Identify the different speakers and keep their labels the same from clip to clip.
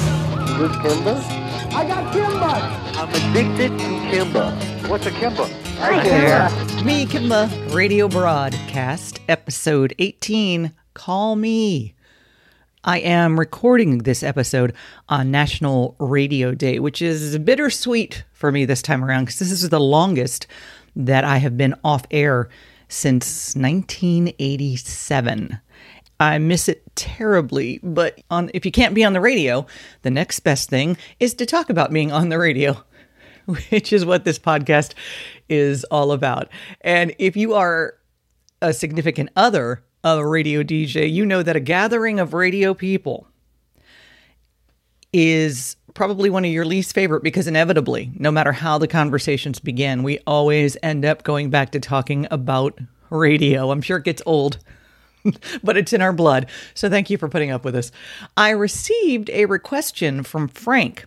Speaker 1: this Kimba?
Speaker 2: I got Kimba.
Speaker 1: I'm addicted to Kimba. What's a Kimba?
Speaker 2: Right
Speaker 3: there.
Speaker 2: there.
Speaker 3: Me, Kimba, radio broadcast, episode 18, Call Me. I am recording this episode on National Radio Day, which is bittersweet for me this time around because this is the longest that I have been off air since 1987. I miss it terribly, but on, if you can't be on the radio, the next best thing is to talk about being on the radio which is what this podcast is all about. And if you are a significant other of a radio DJ, you know that a gathering of radio people is probably one of your least favorite because inevitably, no matter how the conversations begin, we always end up going back to talking about radio. I'm sure it gets old but it's in our blood. So thank you for putting up with us. I received a requestion from Frank.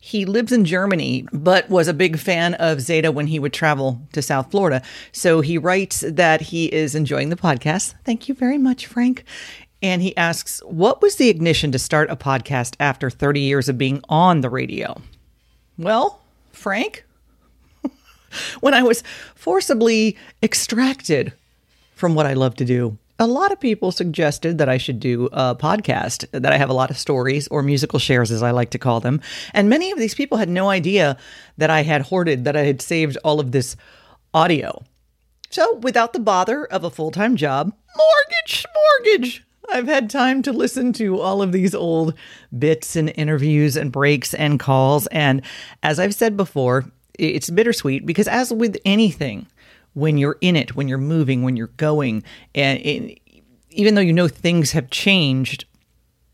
Speaker 3: He lives in Germany, but was a big fan of Zeta when he would travel to South Florida. So he writes that he is enjoying the podcast. Thank you very much, Frank. And he asks, What was the ignition to start a podcast after 30 years of being on the radio? Well, Frank, when I was forcibly extracted from what I love to do. A lot of people suggested that I should do a podcast, that I have a lot of stories or musical shares, as I like to call them. And many of these people had no idea that I had hoarded, that I had saved all of this audio. So, without the bother of a full time job, mortgage, mortgage, I've had time to listen to all of these old bits and interviews and breaks and calls. And as I've said before, i- it's bittersweet because, as with anything, when you're in it, when you're moving, when you're going, and it, even though you know things have changed,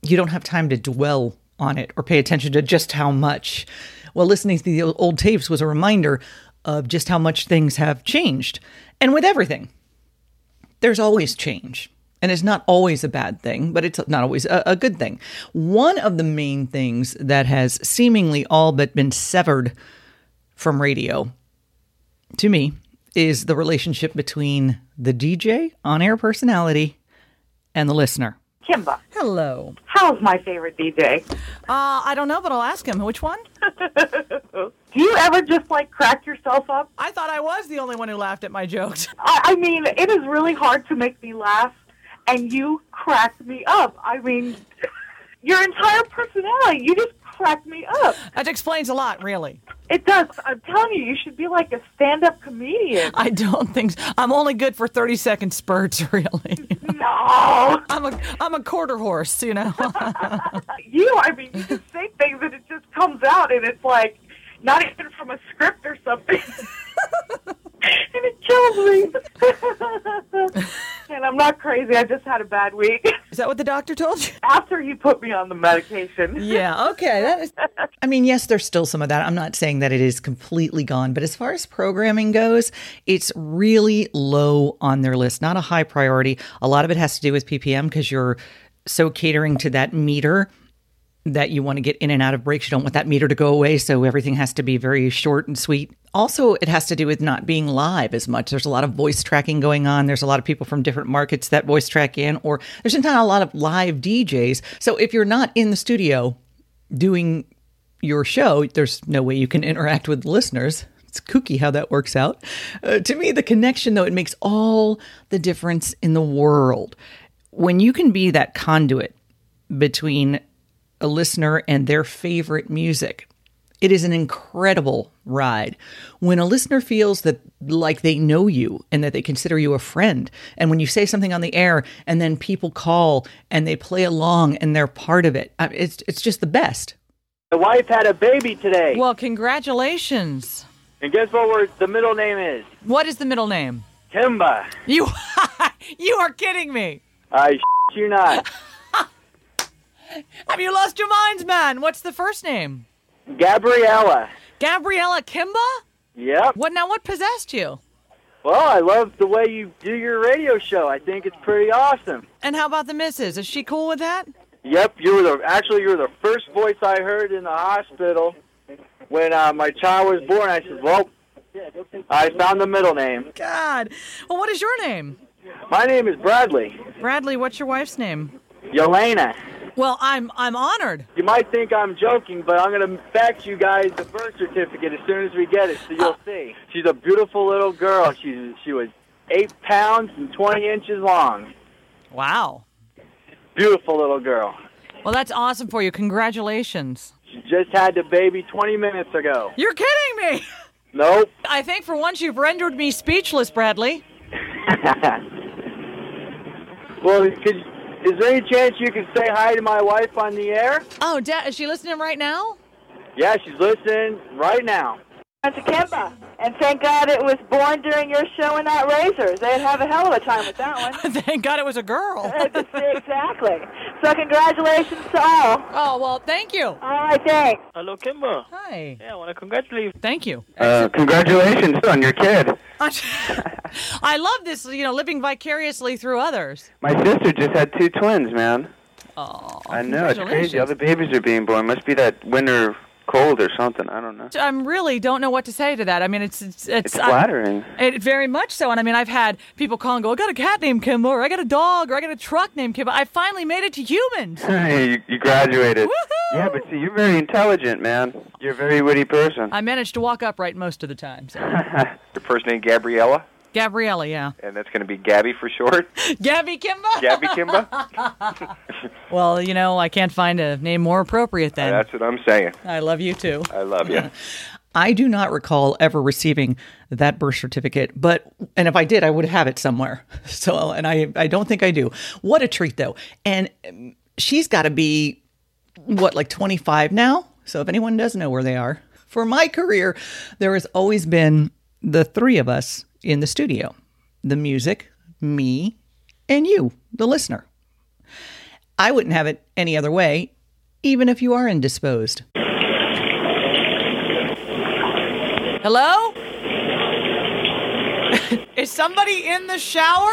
Speaker 3: you don't have time to dwell on it or pay attention to just how much. Well, listening to the old tapes was a reminder of just how much things have changed. And with everything, there's always change. And it's not always a bad thing, but it's not always a, a good thing. One of the main things that has seemingly all but been severed from radio to me is the relationship between the DJ, on air personality, and the listener.
Speaker 4: Kimba.
Speaker 3: Hello.
Speaker 4: How's my favorite DJ?
Speaker 3: Uh, I don't know, but I'll ask him. Which one?
Speaker 4: Do you ever just like crack yourself up?
Speaker 3: I thought I was the only one who laughed at my jokes.
Speaker 4: I, I mean, it is really hard to make me laugh, and you crack me up. I mean, your entire personality, you just crack me up.
Speaker 3: That explains a lot, really.
Speaker 4: It does. I'm telling you, you should be like a stand up comedian.
Speaker 3: I don't think I'm only good for 30 second spurts, really.
Speaker 4: No!
Speaker 3: I'm a I'm a quarter horse, you know.
Speaker 4: You, I mean, you just say things and it just comes out, and it's like not even from a script or something. and it kills me. and I'm not crazy. I just had a bad week.
Speaker 3: Is that what the doctor told you?
Speaker 4: after he put me on the medication.
Speaker 3: Yeah, okay. That is I mean, yes, there's still some of that. I'm not saying that it is completely gone, but as far as programming goes, it's really low on their list, not a high priority. A lot of it has to do with PPM because you're so catering to that meter that you want to get in and out of breaks. You don't want that meter to go away, so everything has to be very short and sweet. Also, it has to do with not being live as much. There's a lot of voice tracking going on. There's a lot of people from different markets that voice track in, or there's not a lot of live DJs. So if you're not in the studio doing your show, there's no way you can interact with listeners. It's kooky how that works out. Uh, to me, the connection, though, it makes all the difference in the world. When you can be that conduit between a listener and their favorite music, it is an incredible ride. When a listener feels that like they know you and that they consider you a friend, and when you say something on the air and then people call and they play along and they're part of it, I- it's, it's just the best.
Speaker 5: The wife had a baby today.
Speaker 6: Well, congratulations.
Speaker 5: and guess what word the middle name is?
Speaker 6: What is the middle name?
Speaker 5: Kimba.
Speaker 6: You You are kidding me.
Speaker 5: I you not.
Speaker 6: Have you lost your minds, man? What's the first name?
Speaker 5: Gabriella.
Speaker 6: Gabriella Kimba?
Speaker 5: Yep.
Speaker 6: What now what possessed you?
Speaker 5: Well, I love the way you do your radio show. I think it's pretty awesome.
Speaker 6: And how about the missus? Is she cool with that?
Speaker 5: Yep, you were the actually you were the first voice I heard in the hospital when uh, my child was born. I said, "Well, I found the middle name.
Speaker 6: God. Well, what is your name?
Speaker 5: My name is Bradley.
Speaker 6: Bradley, what's your wife's name?
Speaker 5: Yelena.
Speaker 7: Well, I'm I'm honored.
Speaker 8: You might think I'm joking, but I'm going to fax you guys the birth certificate as soon as we get it, so you'll see. She's a beautiful little girl. She's she was eight pounds and twenty inches long.
Speaker 7: Wow.
Speaker 8: Beautiful little girl.
Speaker 7: Well, that's awesome for you. Congratulations.
Speaker 8: She just had the baby twenty minutes ago.
Speaker 7: You're kidding me.
Speaker 8: Nope.
Speaker 7: I think for once you've rendered me speechless, Bradley.
Speaker 8: Well, could, is there any chance you can say hi to my wife on the air?
Speaker 7: Oh, Dad, is she listening right now?
Speaker 8: Yeah, she's listening right now.
Speaker 6: That's a Kimba. And thank God it was born during your show and not Razor's. They'd have a hell of a time with that one.
Speaker 7: Thank God it was a girl.
Speaker 6: exactly. So congratulations to all.
Speaker 7: Oh, well, thank you.
Speaker 6: All right, thanks.
Speaker 9: Hello, Kimber.
Speaker 7: Hi.
Speaker 9: Yeah, I want to congratulate you.
Speaker 7: Thank you.
Speaker 8: Uh, congratulations on your kid.
Speaker 7: I love this, you know, living vicariously through others.
Speaker 8: My sister just had two twins, man.
Speaker 7: Oh,
Speaker 8: I know it's crazy. All
Speaker 7: congratulations.
Speaker 8: the babies are being born. Must be that winter cold or something. I don't know.
Speaker 7: I really don't know what to say to that. I mean, it's it's it's,
Speaker 8: It's
Speaker 7: I-
Speaker 8: flattering.
Speaker 7: It very much so, and I mean, I've had people call and go, "I got a cat named Kimba, or I got a dog, or I got a truck named Kimba." I finally made it to humans.
Speaker 8: you, you graduated.
Speaker 7: Woohoo!
Speaker 8: Yeah, but see, you're very intelligent, man. You're a very witty person.
Speaker 7: I managed to walk upright most of the time. So.
Speaker 10: Your first name Gabriella,
Speaker 7: Gabriella, yeah,
Speaker 10: and that's going to be Gabby for short.
Speaker 7: Gabby Kimba.
Speaker 10: Gabby Kimba.
Speaker 7: Well, you know, I can't find a name more appropriate than
Speaker 10: That's what I'm saying.
Speaker 7: I love you too.
Speaker 10: I love you.
Speaker 3: I do not recall ever receiving that birth certificate, but and if I did, I would have it somewhere. So, and I I don't think I do. What a treat though. And um, she's got to be what like 25 now. So if anyone does know where they are, for my career, there has always been the three of us in the studio. The music, me, and you, the listener. I wouldn't have it any other way, even if you are indisposed.
Speaker 7: Hello? Is somebody in the shower?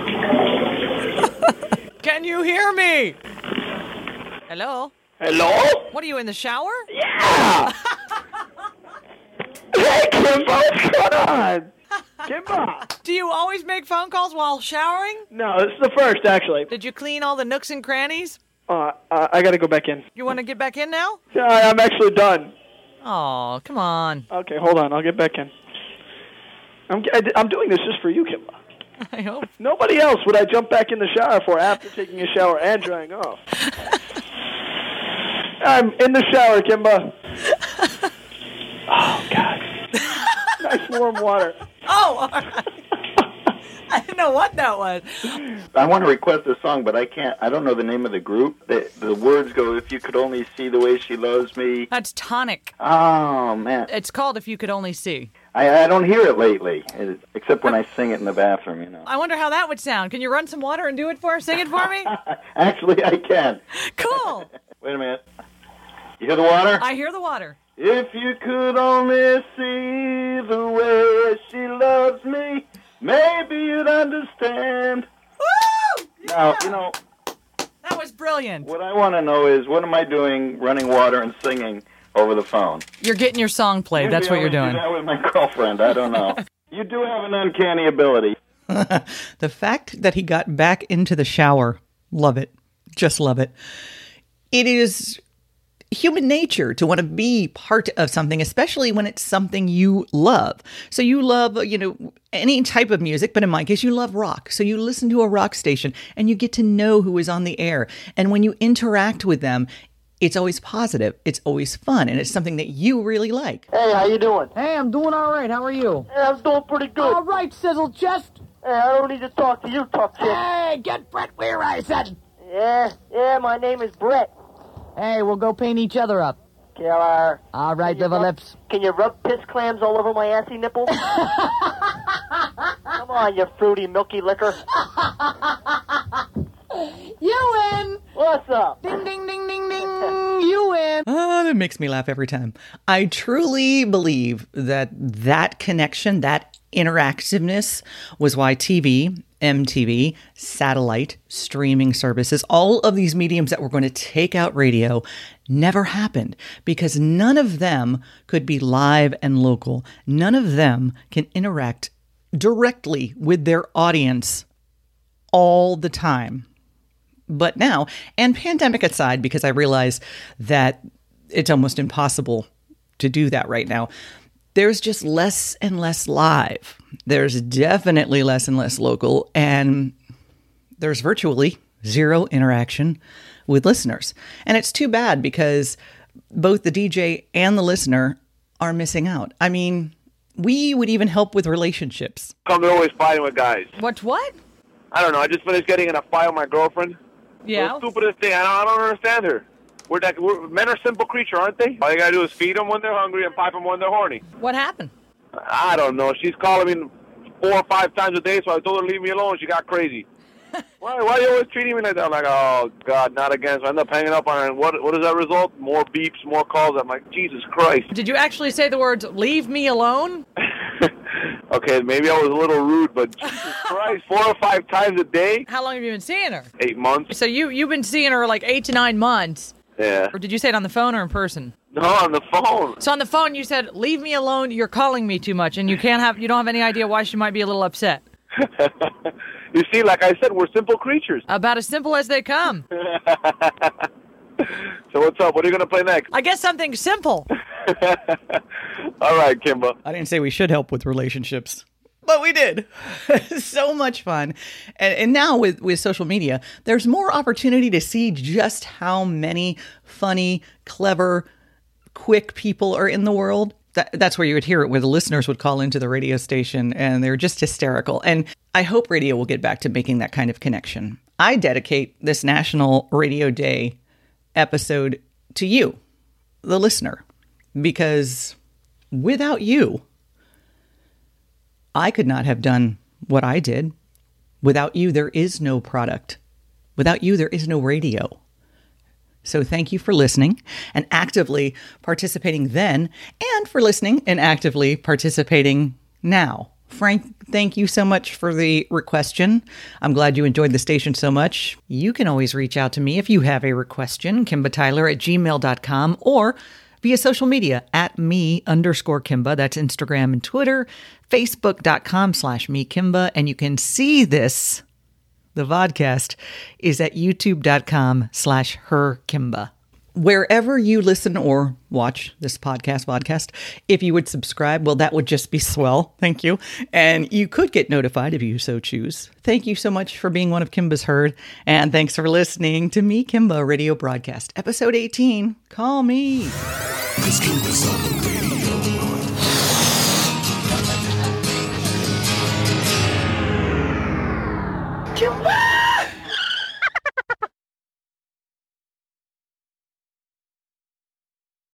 Speaker 7: Can you hear me? Hello?
Speaker 8: Hello?
Speaker 7: What are you in the shower?
Speaker 8: Yeah! hey, Kimbo, what's going on?
Speaker 9: Kimber!
Speaker 7: Do you always make phone calls while showering?
Speaker 9: No, this is the first, actually.
Speaker 7: Did you clean all the nooks and crannies?
Speaker 9: Uh, I, I got to go back in.
Speaker 7: You want to get back in now?
Speaker 9: Yeah, I, I'm actually done. Uh,
Speaker 7: Oh, come on.
Speaker 9: Okay, hold on. I'll get back in. I'm, I, am i am doing this just for you, Kimber.
Speaker 7: I hope.
Speaker 9: Nobody else would I jump back in the shower for after taking a shower and drying off. I'm in the shower, Kimba. Oh, God. nice warm water.
Speaker 7: Oh, all right. I didn't know what that was.
Speaker 5: I want to request a song, but I can't. I don't know the name of the group. The, the words go, "If you could only see the way she loves me."
Speaker 7: That's tonic.
Speaker 5: Oh man,
Speaker 7: It's called If You Could Only See.
Speaker 5: I, I don't hear it lately, eh, except when I sing it in the bathroom. You know.
Speaker 7: I wonder how that would sound. Can you run some water and do it for us? Sing it for me?
Speaker 5: Actually, I can.
Speaker 7: cool.
Speaker 5: Wait a minute. You hear the water?
Speaker 7: I hear the water.
Speaker 5: If you could only see the way she loves me, maybe you'd understand.
Speaker 7: Woo!
Speaker 5: Now, you know,
Speaker 7: That was brilliant.
Speaker 5: what I want to know is what am I doing running water and singing over the phone?
Speaker 7: You're getting your song played. That's
Speaker 5: Maybe
Speaker 7: what
Speaker 5: I
Speaker 7: you're
Speaker 5: would do
Speaker 7: doing.
Speaker 5: that with my girlfriend. I don't know. you do have an uncanny ability.
Speaker 3: The fact that he got back into the shower, love it. Just love it. It is human nature to want to be part of something, especially when it's something you love. So you love, you know, any type of music, but in my case, you love rock. So you listen to a rock station and you get to know who is on the air. And when you interact with them, it's always positive, it's always fun, and it's something that you really like.
Speaker 8: Hey, how you doing? Hey,
Speaker 2: Hey, I'm doing all right. How are you?
Speaker 8: I'm doing pretty good.
Speaker 2: All right, Sizzle Chest.
Speaker 8: Hey, I don't need to talk to you, tough kid.
Speaker 2: Hey, get Brett Weirison.
Speaker 8: Yeah, yeah, my name is Brett.
Speaker 2: Hey, we'll go paint each other up.
Speaker 8: Killer.
Speaker 2: All right, liver lips.
Speaker 8: Can you rub piss clams all over my assy nipple? Come on, you fruity, milky liquor.
Speaker 2: You win.
Speaker 8: What's up?
Speaker 2: Ding, ding, ding, ding, ding. You win.
Speaker 3: Ah, that makes me laugh every time. I truly believe that that connection, that interactiveness, was why TV, MTV, satellite, streaming services, all of these mediums that were going to take out radio never happened because none of them could be live and local. None of them can interact directly with their audience all the time. But now, and pandemic aside, because I realize that it's almost impossible to do that right now, there's just less and less live. There's definitely less and less local, and there's virtually zero interaction with listeners. And it's too bad because both the DJ and the listener are missing out. I mean, we would even help with relationships.
Speaker 5: Come, they're always fighting with guys.
Speaker 6: What? What?
Speaker 5: I don't know. I just finished getting in a fight with my girlfriend.
Speaker 6: Yeah.
Speaker 5: The stupidest thing. I don't, I don't understand her. We're that, we're, men are simple creature, aren't they? All you gotta do is feed them when they're hungry and pipe them when they're horny.
Speaker 6: What happened?
Speaker 5: I don't know. She's calling me four or five times a day, so I told her to leave me alone. She got crazy. why, why are you always treating me like that? I'm like, oh God, not again. So I end up hanging up on her. And what, what does that result? More beeps, more calls. I'm like, Jesus Christ.
Speaker 6: Did you actually say the words "Leave me alone"?
Speaker 5: okay, maybe I was a little rude, but Jesus Christ, four or five times a day,
Speaker 6: How long have you been seeing her?
Speaker 5: eight months.
Speaker 6: So you you've been seeing her like eight to nine months,
Speaker 5: Yeah.
Speaker 6: or did you say it on the phone or in person?
Speaker 5: No, on the phone.
Speaker 6: So on the phone you said, "Leave me alone. You're calling me too much, and you can't have you don't have any idea why she might be a little upset."
Speaker 5: you see, like I said, we're simple creatures.
Speaker 6: About as simple as they come.
Speaker 5: So what's up? What are you gonna play next?
Speaker 6: I guess something simple.
Speaker 5: All right, Kimba.
Speaker 3: I didn't say we should help with relationships, but we did. so much fun. And, and now with, with social media, there's more opportunity to see just how many funny, clever, quick people are in the world. That, that's where you would hear it, where the listeners would call into the radio station and they're just hysterical. And I hope radio will get back to making that kind of connection. I dedicate this National Radio Day episode to you, the listener, because without you, I could not have done what I did. Without you, there is no product. Without you, there is no radio. So thank you for listening and actively participating then, and for listening and actively participating now. Frank, thank you so much for the requestion. I'm glad you enjoyed the station so much. You can always reach out to me if you have a requestion, Kimba Tyler at gmail.com or via social media at me underscore Kimba. That's Instagram and Twitter, facebook.com slash me Kimba. And you can see this the vodcast is at youtube.com slash her kimba wherever you listen or watch this podcast podcast if you would subscribe well that would just be swell thank you and you could get notified if you so choose thank you so much for being one of kimba's herd and thanks for listening to me kimba radio broadcast episode 18 call me
Speaker 4: Kimba!